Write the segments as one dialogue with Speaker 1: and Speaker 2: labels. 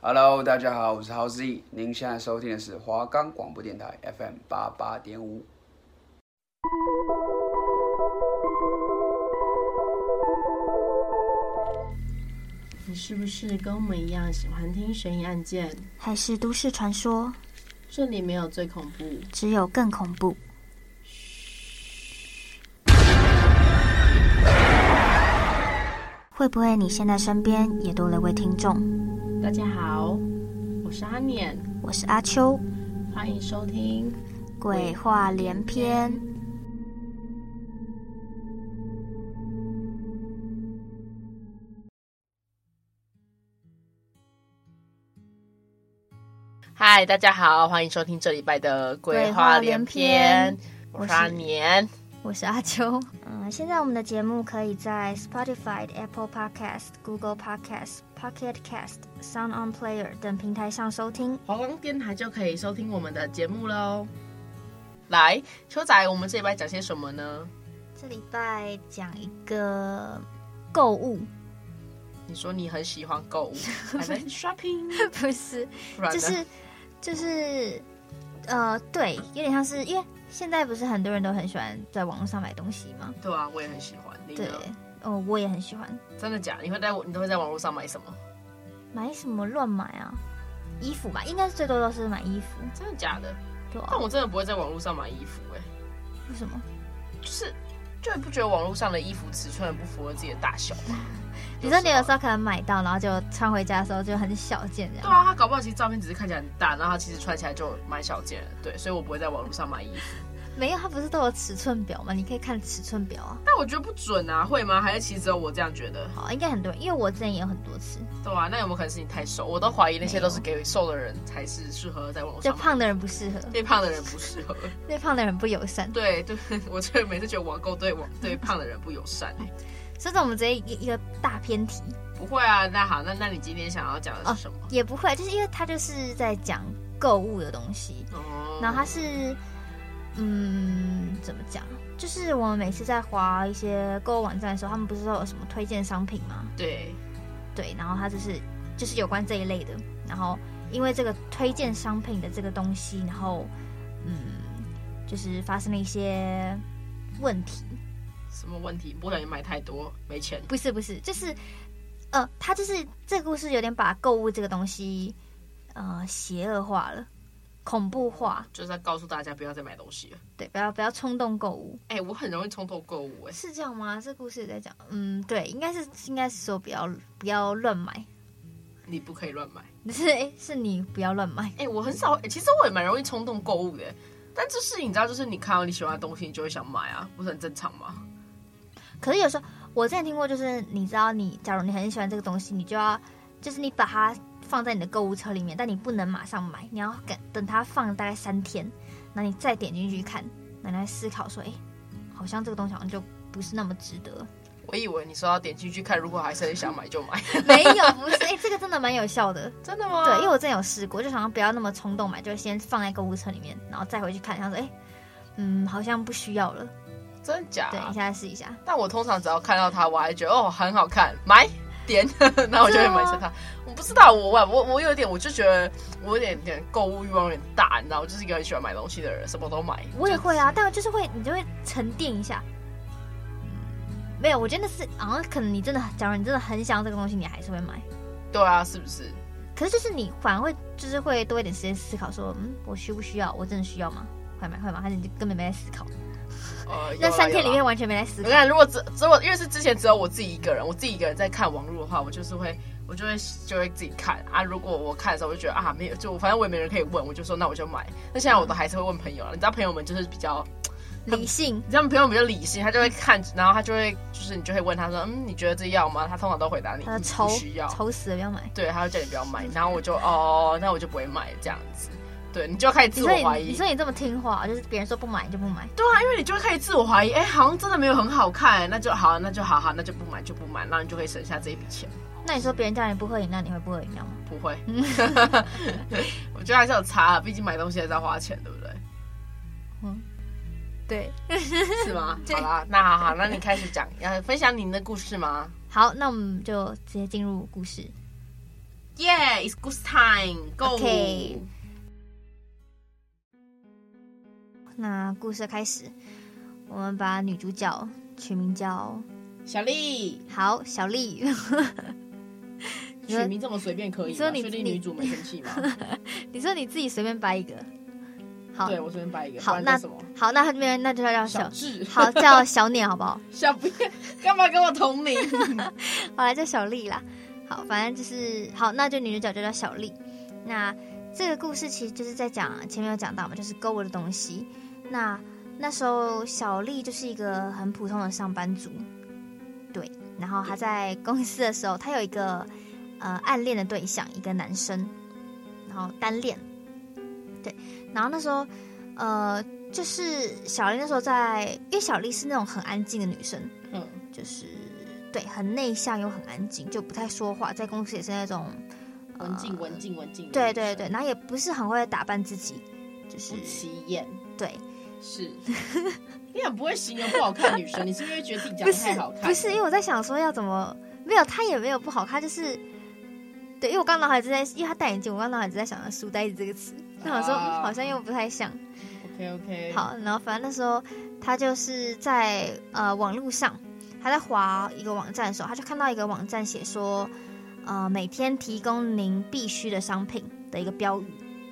Speaker 1: Hello，大家好，我是 h o w Z，您现在收听的是华冈广播电台 FM 八八点五。
Speaker 2: 你是不是跟我们一样喜欢听悬疑案件？
Speaker 3: 还是都市传说，
Speaker 2: 这里没有最恐怖，
Speaker 3: 只有更恐怖。会不会你现在身边也多了位听众？
Speaker 2: 大家好，我是阿念，
Speaker 3: 我是阿秋，
Speaker 2: 欢迎收听。
Speaker 3: 鬼话连篇。
Speaker 2: 嗨，大家好，欢迎收听这礼拜的《鬼话连篇》，我
Speaker 3: 鬼话
Speaker 2: 是阿
Speaker 3: 连篇
Speaker 2: 年。
Speaker 3: 我是阿秋。嗯，现在我们的节目可以在 Spotify、Apple Podcast、Google Podcast、Pocket Cast、Sound On Player 等平台上收听。
Speaker 2: 华光电台就可以收听我们的节目喽。来，秋仔，我们这礼拜讲些什么呢？
Speaker 3: 这礼拜讲一个购物，
Speaker 2: 你说你很喜欢 购物，I like shopping，
Speaker 3: 不是，
Speaker 2: 不然
Speaker 3: 就
Speaker 2: 呢？
Speaker 3: 是就是呃，对，有点像是因为现在不是很多人都很喜欢在网络上买东西吗？
Speaker 2: 对啊，我也很喜欢。你
Speaker 3: 对
Speaker 2: 呢？，
Speaker 3: 哦，我也很喜欢
Speaker 2: 真的假的？你会在你都会在网络上买什么？
Speaker 3: 买什么乱买啊，衣服吧，应该是最多都是买衣服，
Speaker 2: 真的假的？
Speaker 3: 对啊
Speaker 2: 但，我真的不会在网络上买衣服哎、
Speaker 3: 为什么？
Speaker 2: 就是就你不觉得网络上的衣服尺寸很不符合自己的大小 吗？
Speaker 3: 你说你有
Speaker 2: 时
Speaker 3: 时候可能买到，然后就穿回家的时候就很小件这
Speaker 2: 对
Speaker 3: 样。
Speaker 2: 啊，他搞不好其实照片只是看起来很大，然后他其实穿起来就蛮小件的。对，所以我不会在网络上买衣服。
Speaker 3: 没有，它不是都有尺寸表吗？你可以看尺寸 表啊。
Speaker 2: 但我觉得不准啊，会吗？还是其实只有我这样觉得？
Speaker 3: 好，应该很多人，因为我之前也有很多次，
Speaker 2: 对啊，那有没有可能是你太瘦？我都怀疑那些都是给瘦的人才是适合在网络
Speaker 3: 就
Speaker 2: 上买。
Speaker 3: 胖的人不适合，
Speaker 2: 对胖的人不适合。
Speaker 3: 对胖的人不友善。
Speaker 2: 对对，我就每次觉得网购对网对胖的人不友善、欸。
Speaker 3: 所以这我们直接一一个大偏题，
Speaker 2: 不会啊，那好，那那你今天想要讲的是什么？
Speaker 3: 也不会，就是因为他就是在讲购物的东西，
Speaker 2: 哦
Speaker 3: 然后它是，嗯，怎么讲？就是我们每次在划一些购物网站的时候，他们不是都有什么推荐商品吗？
Speaker 2: 对，
Speaker 3: 对，然后它就是就是有关这一类的。然后因为这个推荐商品的这个东西，然后嗯，就是发生了一些问题。
Speaker 2: 什么问题？不小心买太多，没钱。
Speaker 3: 不是不是，就是呃，它就是这个故事有点把购物这个东西呃邪恶化了，恐怖化。
Speaker 2: 就是在告诉大家不要再买东西了。
Speaker 3: 对，不要不要冲动购物。
Speaker 2: 哎、我很容易冲动购物、哎，
Speaker 3: 是这样吗？这故事也在讲，嗯，对，应该是应该是说不要不要乱买，
Speaker 2: 你不可以乱买。
Speaker 3: 是诶是你不要乱买，
Speaker 2: 哎、我很少、哎其实我也蛮容易冲动购物的、哎但这事你知道，就是你看到你喜欢的东西，你就会想买啊，不是很正常吗？
Speaker 3: 可是有时候我之前听过，就是你知道你假如你很喜欢这个东西，你就要就是你把它放在你的购物车里面，但你不能马上买，你要等等它放大概三天，那你再点进去看，那你来思考说，诶，好像这个东西好像就不是那么值得，
Speaker 2: 我以为你说要点进去看，如果还是很想买就买，
Speaker 3: 没有，不是，诶，这个真的蛮有效的。
Speaker 2: 真的吗？
Speaker 3: 对，因为我之前有试过，就想要不要那么冲动买，就先放在购物车里面，然后再回去看，想说，哎、嗯，好像不需要了。
Speaker 2: 真假、
Speaker 3: 对，你现在试一下。
Speaker 2: 但我通常只要看到它，我还觉得哦很好看，买点， 那我就会买下它。
Speaker 3: 啊
Speaker 2: 我不知道，我我我我有点，我就觉得我有点点购物欲望有点大，你知道，我就是一个很喜欢买东西的人，什么都买。
Speaker 3: 我也会啊，但就是会，你就会沉淀一下。嗯没有，我觉得那是好像可能你真的，假如你真的很想要这个东西，你还是会买。
Speaker 2: 对啊，是不是？
Speaker 3: 可是就是你反而会就是会多一点时间思考，说，嗯，我需不需要？我真的需要吗？快买快买，还是你就根本没在思考？
Speaker 2: 呃，有
Speaker 3: 哎那
Speaker 2: 啦
Speaker 3: 三天
Speaker 2: 有
Speaker 3: 里
Speaker 2: 啦
Speaker 3: 面完全没在思
Speaker 2: 我
Speaker 3: 考。
Speaker 2: 看，如果只只我因为是之前只有我自己一个人，我自己一个人在看网络的话，我就是会我就会就会自己看啊。如果我看的时候，我就觉得啊没有，就反正我也没人可以问，我就说那我就买。那现在我都还是会问朋友了，你知道朋友们就是比较，
Speaker 3: 理性
Speaker 2: 你知道朋友比较理性，他就会看，然后他就会就是你就会问他说，嗯，你觉得这要吗？他通常都回答你，
Speaker 3: 他
Speaker 2: 你
Speaker 3: 呃愁
Speaker 2: 不需要，
Speaker 3: 愁死了，不要买。
Speaker 2: 对，他会叫你不要买，然后我就哦，那我就不会买这样子。对，你就开始
Speaker 3: 你
Speaker 2: 自
Speaker 3: 说
Speaker 2: 我怀
Speaker 3: 你，
Speaker 2: 疑
Speaker 3: 你，说你这么听话，就是别人说不买你就不买。
Speaker 2: 对啊，因为你就会开始自我怀疑，哎、好像真的没有很好看，那就好，那就好好，那就不买就不买，然后你就可以省下这一笔钱。
Speaker 3: 那你说别人叫你不喝饮料，你会不喝饮料吗？
Speaker 2: 不会，
Speaker 3: 嗯
Speaker 2: 我觉得还是有差啊，毕竟买东西还是要花钱，对不 对？
Speaker 3: 对。
Speaker 2: 是吗？好啦，那好好，那你开始讲，要分享您的故事吗？
Speaker 3: 好，那我们就直接进入故事。
Speaker 2: Yeah, it's good time. Go.
Speaker 3: OK 那故事开始，我们把女主角取名叫
Speaker 2: 小丽，
Speaker 3: 好小丽， 你
Speaker 2: 取
Speaker 3: 说
Speaker 2: 名这么随便可以
Speaker 3: 你说
Speaker 2: 吗？
Speaker 3: 你
Speaker 2: 确定
Speaker 3: 你
Speaker 2: 女主没生气吗？
Speaker 3: 你说你自己随便掰一个， 好
Speaker 2: 对我随便掰一个，
Speaker 3: 好
Speaker 2: 不然
Speaker 3: 那
Speaker 2: 叫什么？
Speaker 3: 好，那没人，那就要叫
Speaker 2: 小
Speaker 3: 小
Speaker 2: 智，
Speaker 3: 好叫小鸟好不好？
Speaker 2: 小不要干嘛跟我同 名？
Speaker 3: 好来叫小丽啦。好，反正就是好，那就女主角就叫小丽。那这个故事其实就是在讲前面有讲到嘛，就是购物的东西。那那时候小丽就是一个很普通的上班族，对。然后她在公司的时候，她有一个呃暗恋的对象，一个男生，然后单恋，对。然后那时候呃，就是小丽那时候在，因为小丽是那种很安静的女生，
Speaker 2: 嗯，
Speaker 3: 就是对，很内向又很安静，就不太说话，在公司也是那种
Speaker 2: 文静，文静，文静。
Speaker 3: 对对对，，然后也不是很会打扮自己，就是
Speaker 2: 不起眼
Speaker 3: 对，
Speaker 2: 是。你很不会形容不好看的女生，你是不是觉得自己长
Speaker 3: 不
Speaker 2: 得
Speaker 3: 是
Speaker 2: 太好看？
Speaker 3: 不是，因为我在想说要怎么，没有他也没有不好，他就是对，因为我刚脑海之在，因为他戴眼镜，我刚脑海只在想“书呆子”这个词，那我说、嗯
Speaker 2: 啊
Speaker 3: 好像又不太像。
Speaker 2: OK OK，，
Speaker 3: 好，然后反正那时候他就是在呃网络上，他在划一个网站的时候，他就看到一个网站写说，呃每天提供您必须的商品的一个标语，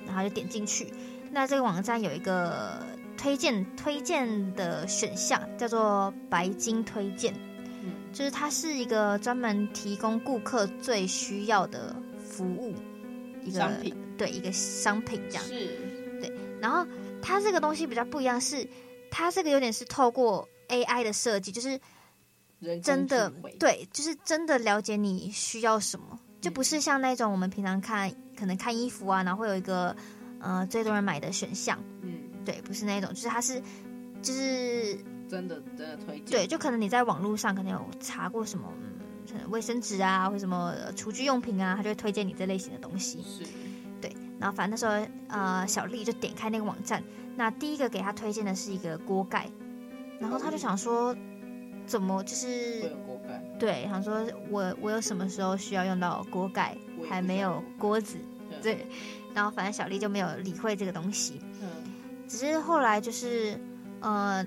Speaker 3: 然后他就点进去。那这个网站有一个推荐推荐的选项叫做白金推荐，
Speaker 2: 嗯
Speaker 3: 就是它是一个专门提供顾客最需要的服务，一个
Speaker 2: 商品
Speaker 3: 对一个商品这样。
Speaker 2: 是
Speaker 3: 然后它这个东西比较不一样是，它这个有点是透过 AI 的设计，就是
Speaker 2: 人工
Speaker 3: 真的
Speaker 2: 智慧
Speaker 3: 对，就是真的了解你需要什么，就不是像那种我们平常看可能看衣服啊，然后会有一个呃最多人买的选项，
Speaker 2: 嗯，
Speaker 3: 对，不是那种，就是它是就是
Speaker 2: 真的真的推荐，
Speaker 3: 对，就可能你在网络上可能有查过什么。嗯可能卫生纸啊，或者什么呃厨具用品啊，它就会推荐你这类型的东西。
Speaker 2: 是
Speaker 3: 然后反正那时候呃，小丽就点开那个网站，那第一个给她推荐的是一个锅盖，然后她就想说，怎么就
Speaker 2: 会
Speaker 3: 是
Speaker 2: 有锅盖，
Speaker 3: 对，想说我我有什么时候需要用到锅盖，
Speaker 2: 我也不
Speaker 3: 还没有锅子，
Speaker 2: 嗯
Speaker 3: 对，然后反正小丽就没有理会这个东西，
Speaker 2: 嗯
Speaker 3: 只是后来就是呃，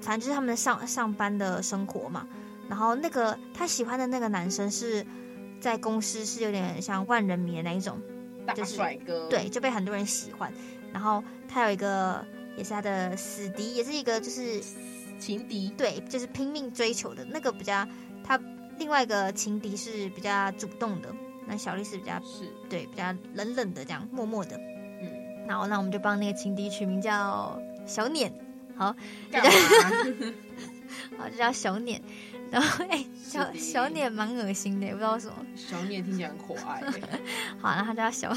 Speaker 3: 反正就是他们的上上班的生活嘛。然后那个她喜欢的那个男生是在公司是有点像万人迷的那一种，
Speaker 2: 大
Speaker 3: 就是
Speaker 2: 帅哥，
Speaker 3: 对，就被很多人喜欢。然后他有一个也是他的死敌，也是一个就是
Speaker 2: 情敌，
Speaker 3: 对，就是拼命追求的那个比较，他另外一个情敌是比较主动的，那小丽是比较
Speaker 2: 是
Speaker 3: 对比较冷冷的这样默默的。
Speaker 2: 嗯，
Speaker 3: 然后那我们就帮那个情敌取名叫小碾，
Speaker 2: 干嘛？
Speaker 3: 啊，就叫小碾。然后哎、小
Speaker 2: 是的
Speaker 3: 小碾蛮恶心的，也不知道为什么。
Speaker 2: 小念听起来很可爱 耶，
Speaker 3: 好，然后他叫小，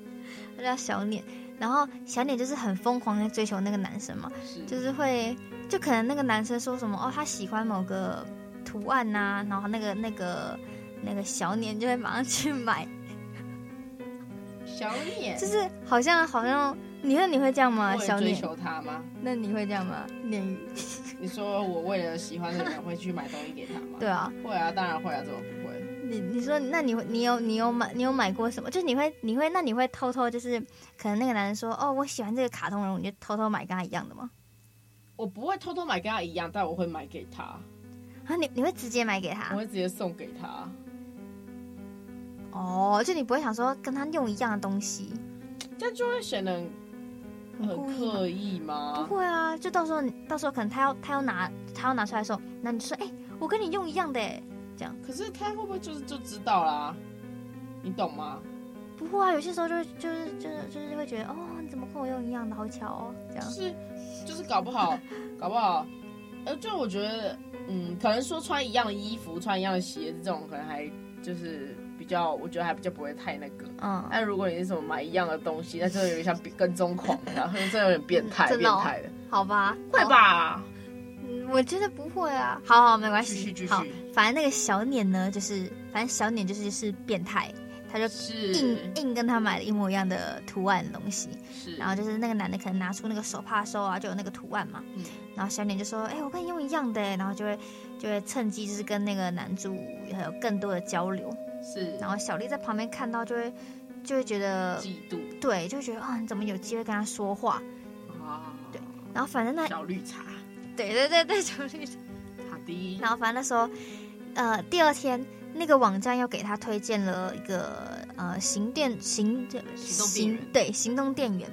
Speaker 3: 他叫小碾。然后小碾就是很疯狂的追求那个男生嘛，
Speaker 2: 是
Speaker 3: 就是会，就可能那个男生说什么哦，他喜欢某个图案呐、然后那个那个那个小年就会马上去买，
Speaker 2: 小念
Speaker 3: 就。是好像好像，你说你会这样吗？
Speaker 2: 为
Speaker 3: 小
Speaker 2: 了追
Speaker 3: 年，
Speaker 2: 求他吗？
Speaker 3: 那你会这样吗？鲶鱼，
Speaker 2: 你说我为了喜欢的人会去买东西给他吗？
Speaker 3: 对，啊，
Speaker 2: 会啊，当然会啊，怎么不会？
Speaker 3: 你你说那你会你有你有买你有买过什么？就是你会你会那你会偷偷就是可能那个男人说哦我喜欢这个卡通人物，你就偷偷买跟他一样的吗？
Speaker 2: 我不会偷偷买跟他一样，但我会买给他，
Speaker 3: 啊你你会直接买给
Speaker 2: 我
Speaker 3: 他？
Speaker 2: 会直接送给他。
Speaker 3: 哦，就你不会想说跟他用一样的东西，
Speaker 2: 这样就会显得很
Speaker 3: 很故
Speaker 2: 很
Speaker 3: 意吗
Speaker 2: 刻意
Speaker 3: 不
Speaker 2: 吗？
Speaker 3: 会啊，就到时候你到时候可能他要他要拿他要拿出来的时候，那你就说，哎、我跟你用一样的、欸，
Speaker 2: 可是他会不会就是就知道啦？你懂吗？
Speaker 3: 不会啊，有些时候就会就是就是就是会觉得，哦，你怎么跟我用一样的，好巧哦，这
Speaker 2: 就
Speaker 3: 样，
Speaker 2: 是就是搞不 好，搞不好，呃，就我觉得，嗯，可能说穿一样的衣服、穿一样的鞋子这种，可能还就是比较，我觉得还比较不会太那个。
Speaker 3: 嗯，
Speaker 2: 但如果你是什么买一样的东西，那就有点像跟踪狂，然后这有点变态，
Speaker 3: 真
Speaker 2: 变
Speaker 3: 的哦
Speaker 2: 态的，
Speaker 3: 好吧，
Speaker 2: 会
Speaker 3: 好？
Speaker 2: 吧？
Speaker 3: 嗯我觉得不会啊，好好，没关
Speaker 2: 继续继
Speaker 3: 系，
Speaker 2: 续
Speaker 3: 好，，反正那个小脸呢，就是反正小脸就是是变态，他就是硬硬跟他买了一模一样的图案的东西，
Speaker 2: 是，
Speaker 3: 然后就是那个男的可能拿出那个手帕的时候啊，就有那个图案嘛。
Speaker 2: 嗯
Speaker 3: 然后小脸就说：“哎、我跟你用一样的欸。”然后就会就会趁机就是跟那个男主还有更多的交流。
Speaker 2: 是
Speaker 3: 然后小丽在旁边看到就会就会觉得，
Speaker 2: 嫉妒
Speaker 3: 对，就会觉得啊，你怎么有机会跟他说话？
Speaker 2: 啊，
Speaker 3: 对然后反正那
Speaker 2: 小绿茶，
Speaker 3: 对对对 对，小丽
Speaker 2: 好的，
Speaker 3: 然后反正那时候，呃，第二天那个网站又给他推荐了一个呃行电行
Speaker 2: 行动电源
Speaker 3: 对行动电源，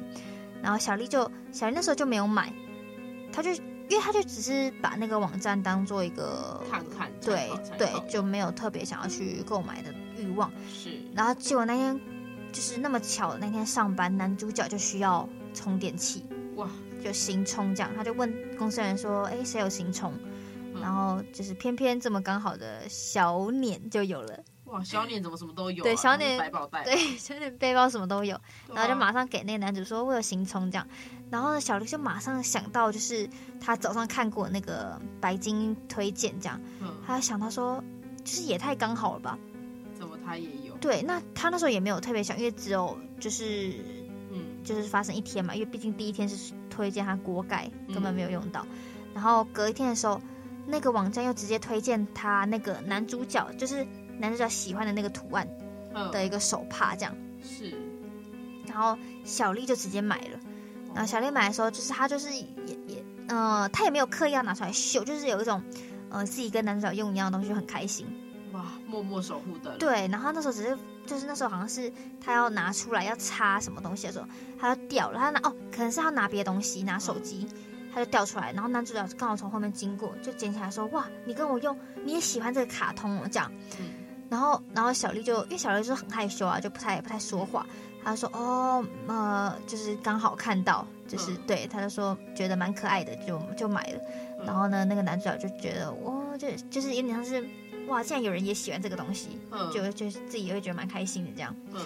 Speaker 3: 然后小丽就小丽那时候就没有买，她就因为她就只是把那个网站当做一个
Speaker 2: 看看
Speaker 3: 对
Speaker 2: 参考参
Speaker 3: 对
Speaker 2: 考
Speaker 3: 就没有特别想要去购买的欲望，
Speaker 2: 是
Speaker 3: 然后结果那天就是那么巧，那天上班男主角就需要充电器，
Speaker 2: 哇，
Speaker 3: 就行充这样，他就问公司人说：“哎，谁有行充？”
Speaker 2: 嗯
Speaker 3: 然后就是偏偏这么刚好的小碾就有了，
Speaker 2: 哇，小脸怎么什么都有啊，
Speaker 3: 对小
Speaker 2: 不是
Speaker 3: 脸
Speaker 2: 百宝袋，
Speaker 3: 对，小碾背包什么都有，
Speaker 2: 对啊，
Speaker 3: 然后就马上给那个男主说：“我有行充这样。”然后呢，小绿就马上想到就是他早上看过那个白金推荐这样，
Speaker 2: 嗯，
Speaker 3: 他就想到说。就是也太刚好了吧？
Speaker 2: 怎么他也有，
Speaker 3: 对，那他那时候也没有特别想，因为只有就是
Speaker 2: 嗯，
Speaker 3: 就是发生一天嘛，因为毕竟第一天是推荐他锅盖，根本没有用到。然后隔一天的时候，那个网站又直接推荐他那个男主角，就是男主角喜欢的那个图案
Speaker 2: 嗯
Speaker 3: 的一个手帕这样。
Speaker 2: 是，
Speaker 3: 然后小丽就直接买了。然后小丽买的时候，就是她就是也也呃，她也没有刻意要拿出来秀，就是有一种呃自己跟男主角用一样的东西就很开心。
Speaker 2: 哇，默默守护的，，
Speaker 3: 对，然后那时候只是就是那时候好像是他要拿出来要擦什么东西的时候，他就掉了，他拿哦，可能是要拿别的东西，拿
Speaker 2: 嗯
Speaker 3: 手机，他就掉出来，然后男主角刚好从后面经过，就捡起来说：“哇，你跟我用，你也喜欢这个卡通哦。”这样，
Speaker 2: 嗯，
Speaker 3: 然后然后小丽就因为小丽就是很害羞啊，就不太不太说话，她就说：“哦，呃，就是刚好看到，就是、
Speaker 2: 嗯
Speaker 3: 对，她就说觉得蛮可爱的，就就买了。”
Speaker 2: 嗯
Speaker 3: 然后呢，那个男主角就觉得，哦，就就是有点像是，哇，竟然有人也喜欢这个东西，
Speaker 2: 嗯
Speaker 3: 就就是自己也会觉得蛮开心的这样。
Speaker 2: 嗯，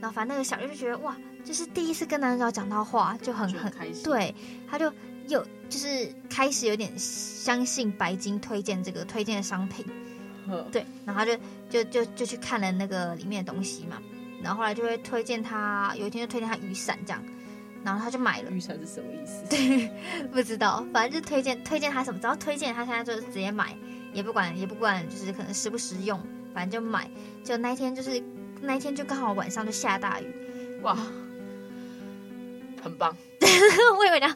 Speaker 3: 然后反正那个小绿就觉得哇，就是第一次跟男主角讲到话，就很
Speaker 2: 就很
Speaker 3: 很
Speaker 2: 开心，，
Speaker 3: 对，他就有就是开始有点相信白金推荐这个推荐的商品，
Speaker 2: 嗯，
Speaker 3: 对，然后他就就就就去看了那个里面的东西嘛，然后后来就会推荐他，有一天就推荐他雨伞这样，然后他就买了，
Speaker 2: 预算是什么意思？对，
Speaker 3: 不知道，反正就推荐推荐他什么，只要推荐他现在就直接买，也不管也不管，就是可能实不实用，反正就买。就那一天就是那一天就刚好晚上就下大雨，
Speaker 2: 哇，很棒，
Speaker 3: 我以为你要，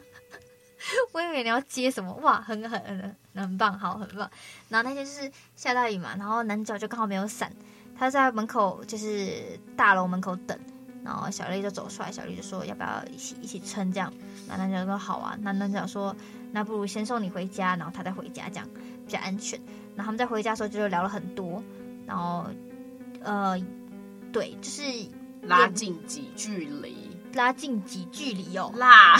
Speaker 3: 我以为你要接什么哇，很很很很棒，好很棒。然后那天就是下大雨嘛，然后男主角就刚好没有伞，他在门口就是大楼门口等。然后小丽就走出来，小丽就说要不要一起一起撑这样？然后男主角说好啊。那男主角说那不如先送你回家，然后他再回家这样比较安全。然后他们在回家的时候就聊了很多，然后呃，对，就是
Speaker 2: 拉近几距离，
Speaker 3: 拉近几距离哦。
Speaker 2: 拉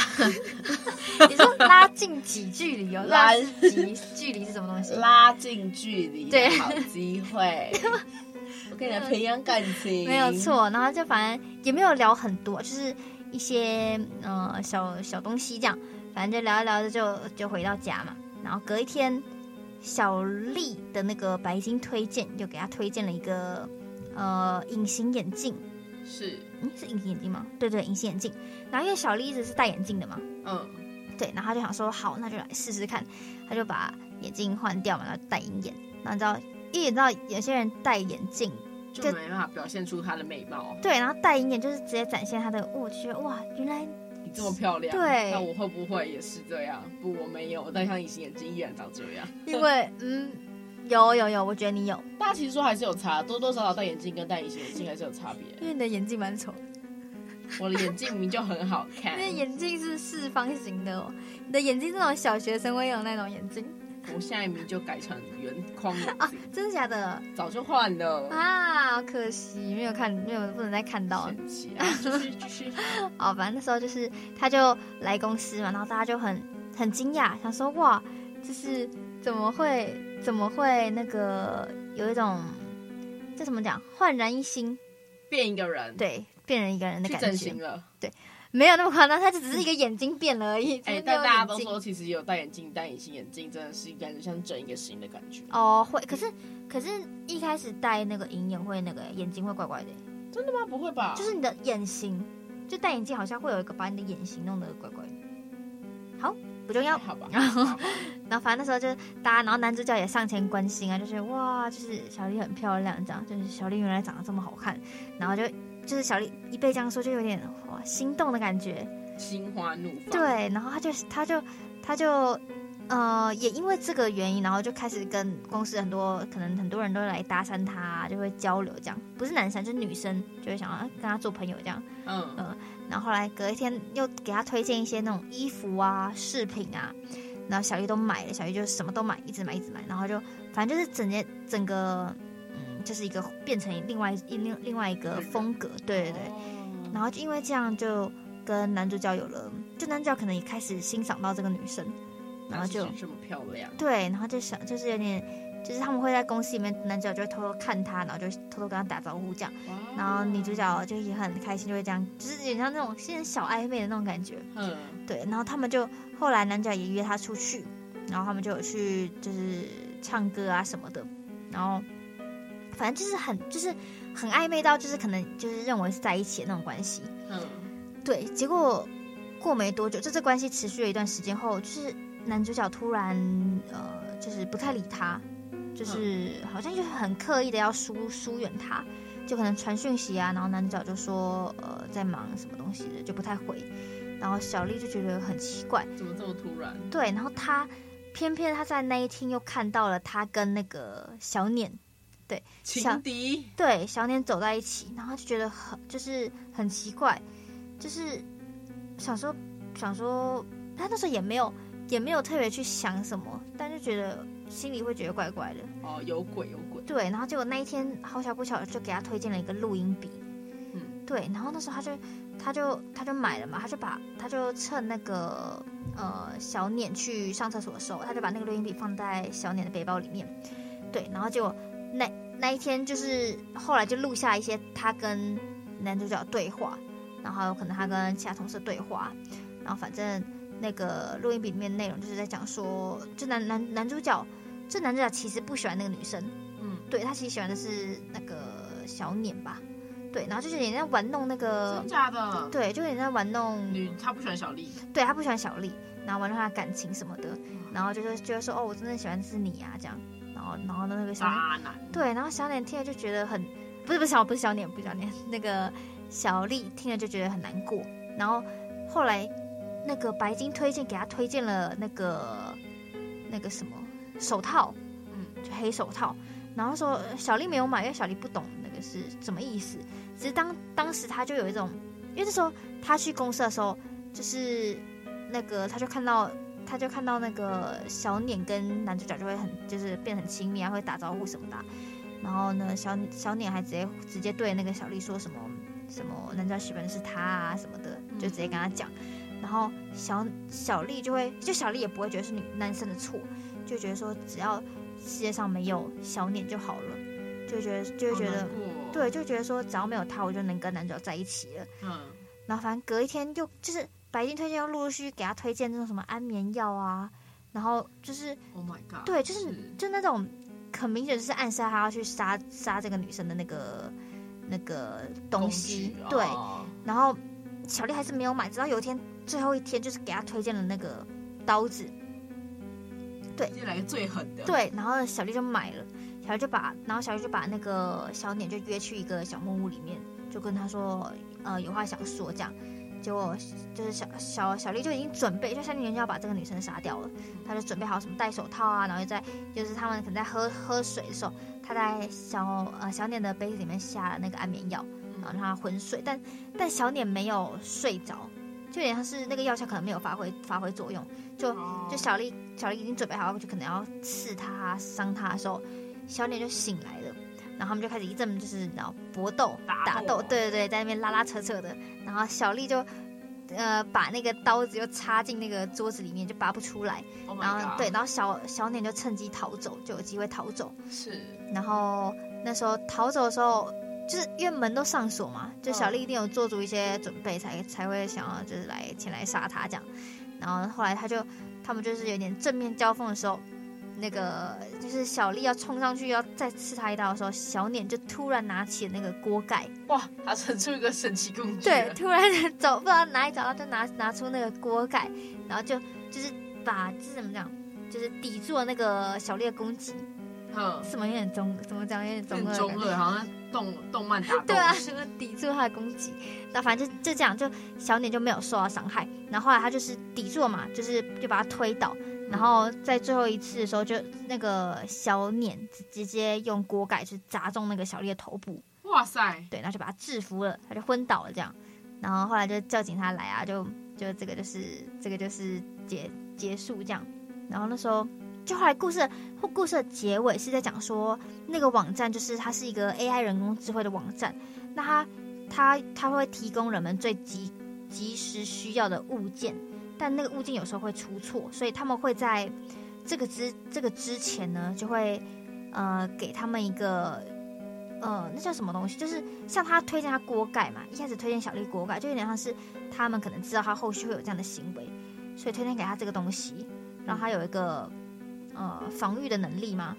Speaker 3: 你说拉近几距离哦？
Speaker 2: 拉
Speaker 3: 拉几距离是什么东西？
Speaker 2: 拉近距离，
Speaker 3: 对
Speaker 2: 好机会，我跟你讲培养感情，
Speaker 3: 没有，错。然后就反正也没有聊很多，就是一些呃小小东西这样。反正就聊一聊就就回到家嘛。然后隔一天，小丽的那个白金推荐又给她推荐了一个呃隐形眼镜，
Speaker 2: 是，
Speaker 3: 嗯，是隐形眼镜吗？对对，隐形眼镜。然后因为小丽一直是戴眼镜的嘛，
Speaker 2: 嗯，
Speaker 3: 对，然后他就想说好，那就来试试看，他就把眼镜换掉嘛，然后戴隐眼。然后你知道，因为你知道有些人戴眼镜，
Speaker 2: 就
Speaker 3: 就
Speaker 2: 没办法表现出她的美貌，
Speaker 3: 对，然后戴隐眼就是直接展现他的，我觉得哇，原来
Speaker 2: 你这么漂亮，
Speaker 3: 对
Speaker 2: 那我会不会也是这样？不，我没有，我戴上隐形眼镜依然长这样。
Speaker 3: 因为嗯，有有有，我觉得你有，
Speaker 2: 大家其实说还是有差，多多少少戴眼镜跟戴隐形眼镜还是有差别。
Speaker 3: 为你的眼镜蛮丑，
Speaker 2: 我的眼镜明明就很好看
Speaker 3: 因，为眼镜是四方形的哦，你的眼镜是那种小学生会用的那种眼镜
Speaker 2: 我现在明明就改成圆框眼
Speaker 3: 啊
Speaker 2: 镜，，
Speaker 3: 真的假的
Speaker 2: 早就换了。
Speaker 3: 啊？好可惜没有看，没有不能再看到了。
Speaker 2: 神奇啊！就是就是，
Speaker 3: 哦，反正那时候就是他就来公司嘛，然后大家就很很惊讶，想说哇，就是怎么会怎么会那个有一种这怎么讲焕然一新，
Speaker 2: 变一个人，，
Speaker 3: 对，变成一个人的
Speaker 2: 去
Speaker 3: 感
Speaker 2: 整
Speaker 3: 觉
Speaker 2: 形，了。
Speaker 3: 没有那么夸张，他就只是一个眼睛变了而
Speaker 2: 哎、
Speaker 3: 已，只是没
Speaker 2: 但
Speaker 3: 有
Speaker 2: 大家
Speaker 3: 眼
Speaker 2: 都
Speaker 3: 睛。
Speaker 2: 说，其实有戴眼镜、戴隐形眼镜，真的是感觉像整一个形的感觉。
Speaker 3: 哦，会，可是可是一开始戴那个银眼会那个眼睛会怪怪的，
Speaker 2: 真的吗？不会吧？
Speaker 3: 就是你的眼型，就戴眼镜好像会有一个把你的眼型弄得怪怪的。好，不重
Speaker 2: 还
Speaker 3: 要。
Speaker 2: 好吧。
Speaker 3: 然后然后反正那时候就是大家，然后男主角也上前关心啊，就是哇，就是小丽很漂亮，这样就是小丽原来长得这么好看，然后就就是小丽一被这样说，就有点哇心动的感觉。
Speaker 2: 心花怒放。，
Speaker 3: 对，然后他就他就他就呃，也因为这个原因，然后就开始跟公司很多可能很多人都来搭讪他，就会交流这样，不是男生就是女生就会想要跟他做朋友这样。
Speaker 2: 嗯，
Speaker 3: 然后后来隔一天又给他推荐一些那种衣服啊、饰品啊，然后小玉都买了，小玉就什么都买，一直买一直买，然后就反正就是整件整个嗯，就是一个变成另外一另另外一个风格，对对对。
Speaker 2: 哦对
Speaker 3: 然后就因为这样，就跟男主角有了，就男主角可能也开始欣赏到这个女生，然后就
Speaker 2: 这么漂亮，
Speaker 3: 对，然后就想就是有点，就是他们会在公司里面，男主角就会偷偷看她，然后就偷偷跟她打招呼这样，
Speaker 2: 哇哦
Speaker 3: 然后女主，角就也很开心，就会这样，就是有点像那种现在小暧昧的那种感觉，
Speaker 2: 嗯，
Speaker 3: 对，然后他们就后来男主角也约她出去，然后他们就有去就是唱歌啊什么的，然后反正就是很就是很暧昧到就是可能就是认为是在一起的那种关系，
Speaker 2: 嗯，
Speaker 3: 对，结果过没多久，就这关系持续了一段时间后，就是男主角突然呃，就是不太理他，就是好像就是很刻意的要疏疏远他，就可能传讯息啊，然后男主角就说呃在忙什么东西的，就不太回。然后小丽就觉得很奇怪，
Speaker 2: 怎么这么突然？
Speaker 3: 对，然后他偏偏他在那一天又看到了他跟那个小念
Speaker 2: 情敌，
Speaker 3: 对，小脸走在一起，然后就觉得很就是很奇怪，就是想说想说，他那时候也没有也没有特别去想什么，但就觉得心里会觉得怪怪的。
Speaker 2: 哦，有鬼有鬼，
Speaker 3: 对，然后结果那一天好巧不巧就给他推荐了一个录音笔，
Speaker 2: 嗯
Speaker 3: 对，然后那时候他就他就他就买了嘛，他就把他就趁那个呃小念去上厕所的时候，他就把那个录音笔放在小念的背包里面，对，然后结果那那一天就是后来就录下一些他跟男主角对话，然后可能他跟其他同事对话，然后反正那个录音笔里面内容就是在讲说，就男男男主角。这男主角其实不喜欢那个女生，
Speaker 2: 嗯，
Speaker 3: 对他其实喜欢的是那个小碾吧，对，然后就是有点在玩弄那个
Speaker 2: 真，假的？
Speaker 3: 呃对，就有点在玩弄，
Speaker 2: 女，他不喜欢小丽，
Speaker 3: 对他不喜欢小丽，然后玩弄她的感情什么的，然后就是觉得说哦，我真的喜欢的是你啊，这样，然后然后那个小
Speaker 2: 渣男，
Speaker 3: 对，然后小脸听了就觉得很，不是不是小不是小脸不是小脸，那个小丽听了就觉得很难过。然后后来那个白金推荐给她推荐了那个那个什么手套，
Speaker 2: 嗯，
Speaker 3: 就黑手套。然后说呃小丽没有买，因为小丽不懂那个是什么意思。只是当当时她就有一种，因为那时候她去公司的时候，就是那个她就看到他就看到那个小碾跟男主角就会很就是变很亲密啊，会打招呼什么的啊、然后呢，小小碾还直接直接对那个小丽说什么什么男主角喜欢的是他啊什么的，就直接跟他讲。然后小小丽就会就小丽也不会觉得是女男生的错，就觉得说只要世界上没有小碾就好了，就觉得就会觉得
Speaker 2: 好难过，
Speaker 3: 对，就觉得说只要没有他我就能跟男主角在一起了。
Speaker 2: 嗯，
Speaker 3: 然后反正隔一天就就是白金推荐，又陆陆续续给他推荐那种什么安眠药啊，然后就是
Speaker 2: ，Oh my god，
Speaker 3: 对，就是就那种很明显就是暗示他要去杀杀这个女生的那个那个东西
Speaker 2: 工具，
Speaker 3: 对。
Speaker 2: 哦
Speaker 3: 然后小丽还是没有买，直到有一天最后一天就是给他推荐了那个刀子，
Speaker 2: 接下来最狠的，，
Speaker 3: 对，然后小丽就买了，小丽就把，然后小丽就把那个小点就约去一个小木屋里面，就跟他说，呃，有话想说这样。结果就是小小小丽就已经准备，就小丽原先要把这个女生杀掉了，她就准备好什么戴手套啊，然后就在就是他们可能在喝喝水的时候，她在小呃小点的杯子里面下了那个安眠药，然后让她昏睡，但但小点没有睡着，就有点像是那个药效可能没有发挥发挥作用，就
Speaker 2: 哦
Speaker 3: 就小丽，小丽已经准备好，就可能要刺他、伤他的时候，小脸就醒来了。然后他们就开始一阵就是然后搏斗、
Speaker 2: 打
Speaker 3: 打
Speaker 2: 斗啊
Speaker 3: 斗，对对对，在那边拉拉扯扯的。然后小丽就呃把那个刀子又插进那个桌子里面，就拔不出来。
Speaker 2: ，Oh
Speaker 3: 然
Speaker 2: my
Speaker 3: 后
Speaker 2: god，
Speaker 3: 对，然后小小脸就趁机逃走，就有机会逃走。
Speaker 2: 是，
Speaker 3: 然后那时候逃走的时候，就是因为门都上锁嘛，就小
Speaker 2: 嗯
Speaker 3: 丽一定有做足一些准备才，才会想要就是来前来杀他这样。然后后来他就他们就是有点正面交锋的时候，那个就是小丽要冲上去要再刺他一刀的时候，小脸就突然拿起那个锅盖，
Speaker 2: 哇，他伸出一个神奇工具了，
Speaker 3: 对，突然找不知道哪里找到，就拿拿出那个锅盖，然后就就是把这怎么讲，就是抵住了那个小烈攻击，
Speaker 2: 嗯，
Speaker 3: 什么有点中，怎么讲有点中
Speaker 2: 很
Speaker 3: 二的
Speaker 2: 中
Speaker 3: 感觉。
Speaker 2: 二，好像动动漫打斗。
Speaker 3: 对啊，什么抵住他的攻击，那反正就就这样，就小脸就没有受到伤害。然后后来他就是抵住了嘛，就是就把他推倒，然后在最后一次的时候就，那个小脸直直接用锅盖就砸中那个小丽的头部，
Speaker 2: 哇塞，
Speaker 3: 对，然后就把他制服了，他就昏倒了这样。然后后来就叫警察来啊，就就这个就是这个就是结结束这样。然后那时候就后来故事后故事的结尾是在讲说，那个网站就是它是一个 AI 人工智慧的网站，那它它它会提供人们最及及时需要的物件，但那个物件有时候会出错，所以他们会在这个之这个之前呢，就会呃给他们一个呃那叫什么东西，就是像他推荐他锅盖嘛，一开始推荐小丽锅盖，就有点像是他们可能知道他后续会有这样的行为，所以推荐给他这个东西，让他有一个呃防御的能力嘛。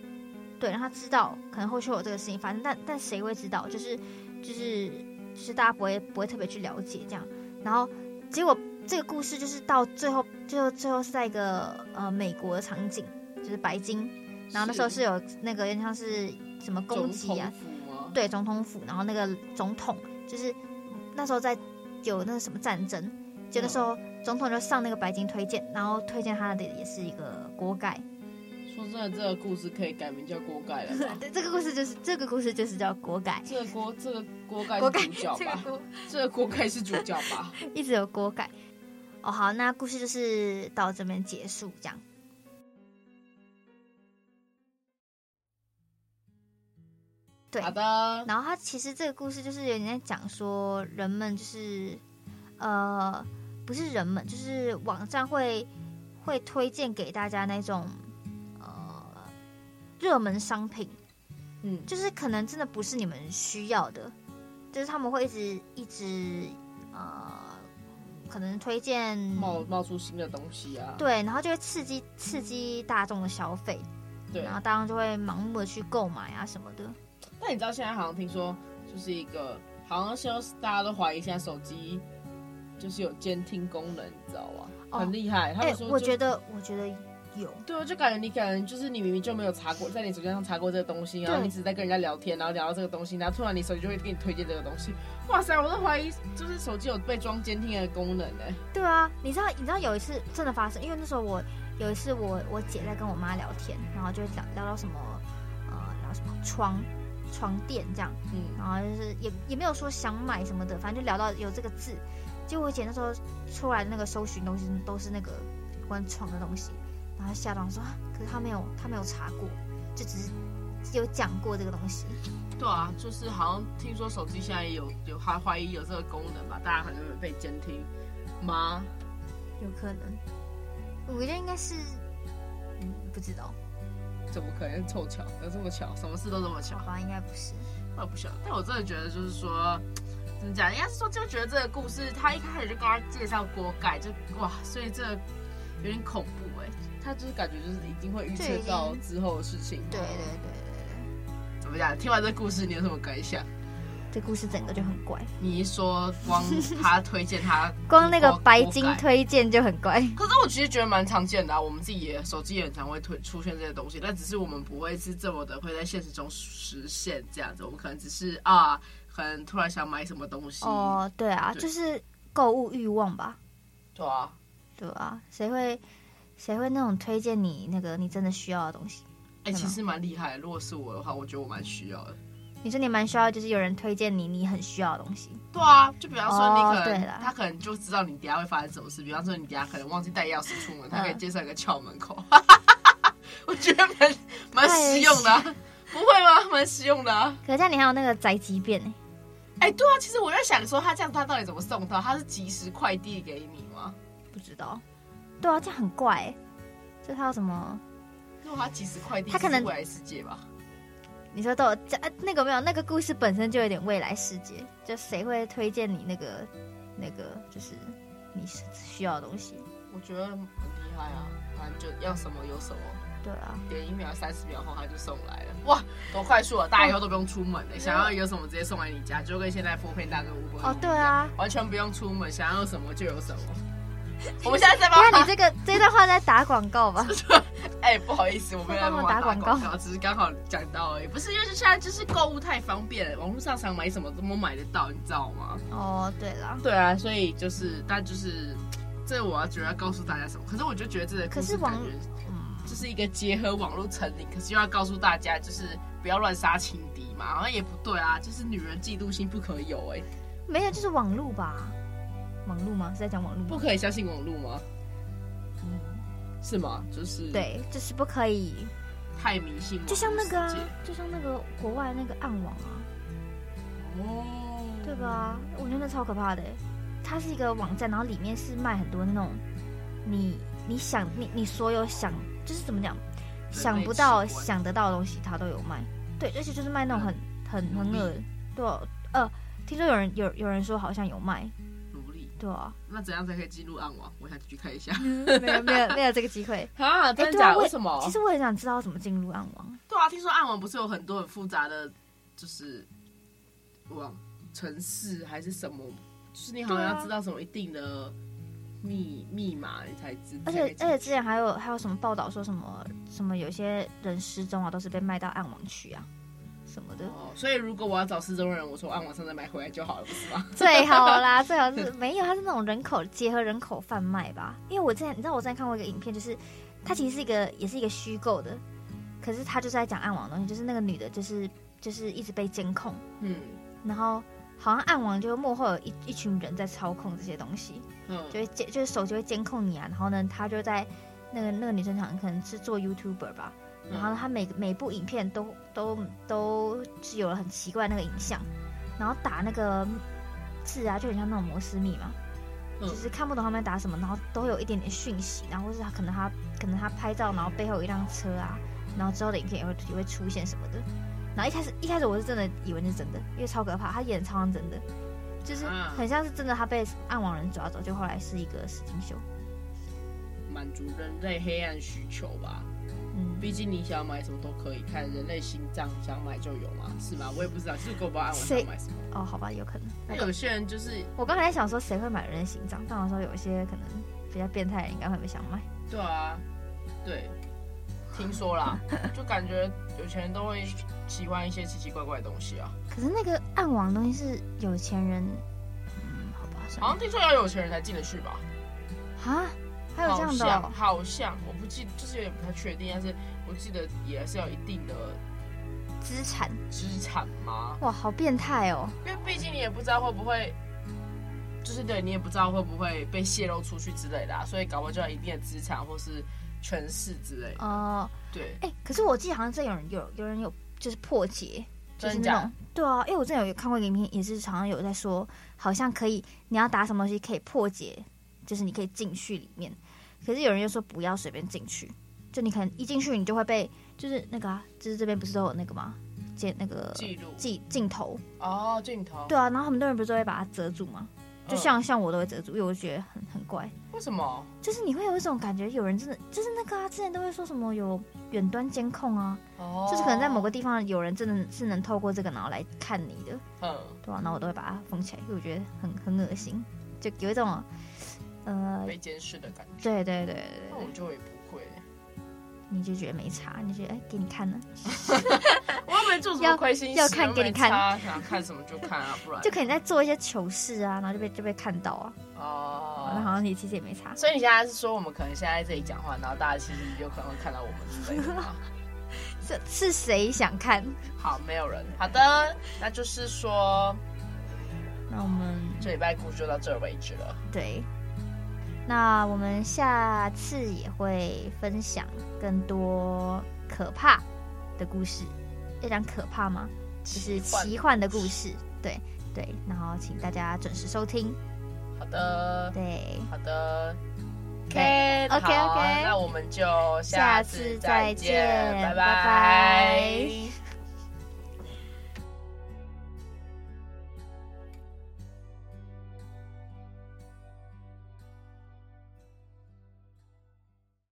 Speaker 3: 对，让他知道可能后续会有这个事情发生，但但谁会知道？就是就是就是大家不会不会特别去了解这样。然后结果这个故事就是到最后，就最后是在一个呃美国的场景，就是白金。然后那时候是有那个有点像是什么攻
Speaker 2: 总
Speaker 3: 击啊
Speaker 2: 统，府吗？
Speaker 3: 对总统府，然后那个总统就是那时候在有那个什么战争，就那时候总统就上那个白金推荐，然后推荐他的也是一个锅盖。？
Speaker 4: 说真的，这个故事可以改名叫锅盖了吧
Speaker 3: 对，这个故事就是这个故事就是叫锅盖，
Speaker 4: 这个锅，这个锅盖
Speaker 3: 锅
Speaker 4: 是
Speaker 3: 盖
Speaker 4: 主角
Speaker 3: 这个
Speaker 4: 吧？
Speaker 3: 锅
Speaker 4: 这个锅盖是主角吧？
Speaker 3: 一直有锅盖。哦，好，那故事就是到这边结束，这样。 对
Speaker 4: 好的，
Speaker 3: 然后他其实这个故事就是有点在讲说，人们就是，呃，不是人们，就是网站会会推荐给大家那种，呃，热门商品，
Speaker 4: 嗯，
Speaker 3: 就是可能真的不是你们需要的，就是他们会一直一直，呃，可能推荐
Speaker 4: 冒冒出新的东西啊。
Speaker 3: 对，然后就会刺激刺激大众的消费，
Speaker 4: 对
Speaker 3: 然后大众就会盲目的去购买啊什么的，
Speaker 4: 但你知道现在好像听说，就是一个好像现在大家都怀疑现在手机就是有监听功能，你知道吗？
Speaker 3: 哦
Speaker 4: 很厉害。他
Speaker 3: 哎、
Speaker 4: 们说就，
Speaker 3: 我觉得，我觉得有。
Speaker 4: 对，啊就感觉你可能就是你明明就没有查过，在你手机上查过这个东西，然后
Speaker 3: 对
Speaker 4: 你只是在跟人家聊天，然后聊到这个东西，然后突然你手机就会给你推荐这个东西。哇塞，我都怀疑就是手机有被装监听的功能呢、欸
Speaker 3: 对啊，你知道你知道有一次真的发生，因为那时候我有一次我我姐在跟我妈聊天，然后就聊聊到什么呃聊什么床床垫这样，
Speaker 4: 嗯，
Speaker 3: 然后就是也也没有说想买什么的，反正就聊到有这个字，结果我姐那时候出来的那个搜寻东西都是那个有关床的东西，然后吓到说，啊可是她没有她没有查过，就只是有讲过这个东西，
Speaker 2: 对啊，就是好像听说手机现在也有有还怀疑有这个功能吧，大家可能会被监听吗？
Speaker 3: 有可能，我觉得应该是嗯不知道，
Speaker 4: 怎么可能凑巧？有这么巧？
Speaker 2: 什么事都这么巧
Speaker 3: 好，吧，应该不是。
Speaker 2: 我呃也不晓得。但我真的觉得就是说，怎么讲？应该是说就觉得这个故事，他一开始就跟他介绍锅盖，就哇，所以这个有点恐怖哎、
Speaker 4: 他就是感觉就是一定会预测
Speaker 3: 对已经
Speaker 4: 到之后的事情。
Speaker 3: 对对对对
Speaker 2: 怎么讲？听完这故事，你有什么感想？
Speaker 3: 对，这故事整个就很怪，
Speaker 2: 你一说光他推荐他，
Speaker 3: 光那个白金
Speaker 2: 推。
Speaker 3: 推荐就很怪。
Speaker 2: 可是我其实觉得蛮常见的啊，我们自己也手机也很常会推出现这些东西，但只是我们不会是这么的会在现实中实现这样子，我们可能只是啊，可能突然想买什么东西，
Speaker 3: 哦，对啊，
Speaker 2: 对
Speaker 3: 就是购物欲望吧，
Speaker 2: 对啊，
Speaker 3: 对啊，谁会谁会那种推荐你那个你真的需要的东西？
Speaker 2: 哎、
Speaker 3: 是
Speaker 2: 其
Speaker 3: 吗
Speaker 2: 实蛮厉害的。如果是我的话，我觉得我蛮需要的。
Speaker 3: 你说你蛮需要，就是有人推荐你你很需要的东西。
Speaker 2: 对啊，就比方说你
Speaker 3: 哦
Speaker 2: 可能、
Speaker 3: 对啦
Speaker 2: 他可能就知道你等一下会发生什么事，比方说你等一下可能忘记带钥匙出门，他可以
Speaker 3: 嗯
Speaker 2: 介绍一个窍门口， 我觉得蛮蛮实用的啊、不会吗？蛮实用的、啊。
Speaker 3: 可是这样你还有那个宅急便呢、
Speaker 2: 哎、对啊，其实我在想说，他这样他到底怎么送到？他是及时快递给你吗？
Speaker 3: 不知道。对啊，这样很怪、欸，就他有什么？
Speaker 2: 如果他及时快递，
Speaker 3: 他可能
Speaker 2: 是未来世界吧。
Speaker 3: 你说都有这、啊、那个没有那个故事本身就有点未来世界，就谁会推荐你那个那个就是你需要的东西？
Speaker 2: 我觉得很厉害啊，反正就要什么有什么，
Speaker 3: 对啊，
Speaker 2: 点一秒、三十秒后他就送来了，哇，多快速啊！大家以后都不用出门了、想要有什么直接送来你家，就跟现在 f o o p a n d a 跟 u b
Speaker 3: 嗯哦对，啊，
Speaker 2: 完全不用出门，想要 什么就有什么。我们现在在帮
Speaker 3: 那
Speaker 2: 他
Speaker 3: 你，这个这段话在打广告吧？
Speaker 2: 哎、哎、不好意思，我没有在
Speaker 3: 帮我
Speaker 2: 帮
Speaker 3: 打
Speaker 2: 打
Speaker 3: 广
Speaker 2: 广
Speaker 3: 告
Speaker 2: 告，只是刚好讲到而已。不是因为现在就是购物太方便了，网络上想买什么都能买得到，你知道吗？
Speaker 3: 哦，对了，
Speaker 2: 对啊，所以就是，但就是这我要觉得要告诉大家什么？可是我就觉得这个
Speaker 3: 可
Speaker 2: 故
Speaker 3: 是
Speaker 2: 事感
Speaker 3: 网
Speaker 2: 觉
Speaker 3: 嗯，
Speaker 2: 就是一个结合网络成瘾，可是又要告诉大家就是不要乱杀情敌嘛，好像也不对啊，就是女人嫉妒心不可有哎、
Speaker 3: 没有，就是网路吧？网路吗？是在讲网路吗？
Speaker 2: 不可以相信网络吗？
Speaker 3: 嗯
Speaker 2: 是吗？就是
Speaker 3: 对，就是不可以，
Speaker 2: 太迷信网络
Speaker 3: 就像那个啊
Speaker 2: 世界，
Speaker 3: 就像那个国外那个暗网啊，
Speaker 2: 哦，
Speaker 3: 对？吧？我觉得那超可怕的欸，它是一个网站，然后里面是卖很多那种你你想你你所有想就是怎么讲，想不到
Speaker 2: 奇怪
Speaker 3: 想得到的东西，它都有卖。对，而且就是卖那种很很很恶，
Speaker 2: 嗯
Speaker 3: 对啊，呃，听说有人有有人说好像有卖，
Speaker 2: 努力。
Speaker 3: 对啊，
Speaker 2: 那怎样才可以进入暗网？我想去看一下。
Speaker 3: 没有没有没有这个机会。
Speaker 4: 啊，
Speaker 3: 哎，
Speaker 4: 真的
Speaker 3: 对啊，
Speaker 4: 假的？
Speaker 3: 我
Speaker 4: 为
Speaker 3: 也
Speaker 4: 什么
Speaker 3: 其？实我也想知道怎么进入暗网。
Speaker 2: 对啊，听说暗网不是有很多很复杂的，就是网城市还是什么，就是你好像
Speaker 3: 对啊
Speaker 2: 要知道什么一定的密密码，你才知。
Speaker 3: 而且而且之前还有还有什么报道说什么什么有些人失踪啊，都是被卖到暗网去啊什么的。
Speaker 2: 哦，所以如果我要找失踪人，我从暗网上再买回来就好了，不是吗？
Speaker 3: 最好啦，最好是没有，它是那种人口结合人口贩卖吧。因为我之前你知道我之前看过一个影片，就是它其实是一个也是一个虚构的，可是它就是在讲暗网的东西，就是那个女的，就是就是一直被监控，
Speaker 2: 嗯
Speaker 3: 然后好像暗网就幕后有一一群人在操控这些东西，
Speaker 2: 嗯，
Speaker 3: 就会监就是手机会监控你啊，然后呢，她就在那个那个女生好像可能是做 YouTuber 吧，然后呢，他每个每部影片都都都是有了很奇怪的那个影像，然后打那个字啊，就很像那种摩斯密码，
Speaker 2: 嗯
Speaker 3: 就是看不懂他们在打什么，然后都会有一点点讯息，然后或是他可能他可能他拍照，然后背后有一辆车啊，然后之后的影片也会也会出现什么的。然后一开始一开始我是真的以为那是真的，因为超可怕，他演得超像真的，就是
Speaker 2: 啊
Speaker 3: 很像是真的，他被暗网人抓走，就后来是一个死金秀，
Speaker 2: 满足人类黑暗需求吧。
Speaker 3: 嗯，
Speaker 2: 毕竟你想买什么都可以，看人类心脏想买就有嘛，是吗？我也不知道，就是我不知道暗网
Speaker 3: 谁
Speaker 2: 上买什么。
Speaker 3: 哦，好吧，有可能。
Speaker 2: 那有些人就是
Speaker 3: 我刚才在想说谁会买人的心脏，但我说有一些可能比较变态的人应该会不想买。
Speaker 2: 对啊，对，听说 啦，就感觉有钱人都会喜欢一些奇奇怪怪的东西啊。
Speaker 3: 可是那个暗网的东西是有钱人，嗯，好吧，
Speaker 2: 好
Speaker 3: 算
Speaker 2: 像听说要有钱人才进得去吧？
Speaker 3: 了啊，还有这样的
Speaker 2: 哦好
Speaker 3: 哦
Speaker 2: 像，好像我不记，就是有点不太确定，但是我记得也是要一定的
Speaker 3: 资产，
Speaker 2: 资产嘛，
Speaker 3: 哇，好变态哦，
Speaker 2: 因为毕竟你也不知道会不会。就是对你也不知道会不会被泄露出去之类的、啊，所以搞不好就要一定的资产或是权势之类的。
Speaker 3: 哦、
Speaker 2: 对，
Speaker 3: 哎、可是我记得好像真有人有有人有就是破解，就是
Speaker 2: 真的
Speaker 3: 那
Speaker 2: 假
Speaker 3: 种对啊，因为我之前有看过一个影片，也是常常有在说，好像可以你要打什么东西可以破解，就是你可以进去里面，可是有人又说不要随便进去，就你可能一进去你就会被就是那个啊，就是这边不是都有那个吗？接那个
Speaker 2: 记录
Speaker 3: 镜镜头，
Speaker 2: 哦，镜头
Speaker 3: 对啊，然后很多人不是都会把它遮住吗？就像、像我都会遮住，因为我觉得很很怪。
Speaker 2: 嗯为什么？
Speaker 3: 就是你会有一种感觉，有人真的就是那个啊，之前都会说什么有远端监控啊，
Speaker 2: 哦，
Speaker 3: 就是可能在某个地方有人真的是能透过这个然后来看你的，
Speaker 2: 嗯，
Speaker 3: 对啊，然后我都会把它封起来，因为我觉得很很恶心，就有一种呃，
Speaker 2: 被监视的感觉。
Speaker 3: 对对对对对
Speaker 2: 那我就也不会，
Speaker 3: 你就觉得没差，你就觉得哎、给你看呢，
Speaker 2: 我又没做什
Speaker 3: 要
Speaker 2: 么亏心事，
Speaker 3: 要看给你看
Speaker 2: 又没差，想看什么就看 啊，不然
Speaker 3: 就可能在做一些糗事啊，然后就被就被看到啊，那好
Speaker 2: 哦。
Speaker 3: 像你其实也没差，
Speaker 2: 所以你现在是说我们可能现在在这里讲话，然后大家其实有可能会看到我们之类的吗？
Speaker 3: 是是谁想看？
Speaker 2: 好，没有人。好的，那就是说
Speaker 3: 那我们
Speaker 2: 这礼拜故事就到这儿为止了。
Speaker 3: 对，那我们下次也会分享更多可怕的故事，要讲可怕吗？就是奇幻的故事，对对，然后请大家准时收听，
Speaker 2: 好的，
Speaker 3: 对，
Speaker 2: 好的。
Speaker 3: 对
Speaker 2: OK
Speaker 3: OK，OK
Speaker 2: 好那我们就
Speaker 3: 下
Speaker 2: 次
Speaker 3: 次
Speaker 2: 再
Speaker 3: 再见
Speaker 2: 拜
Speaker 3: 拜拜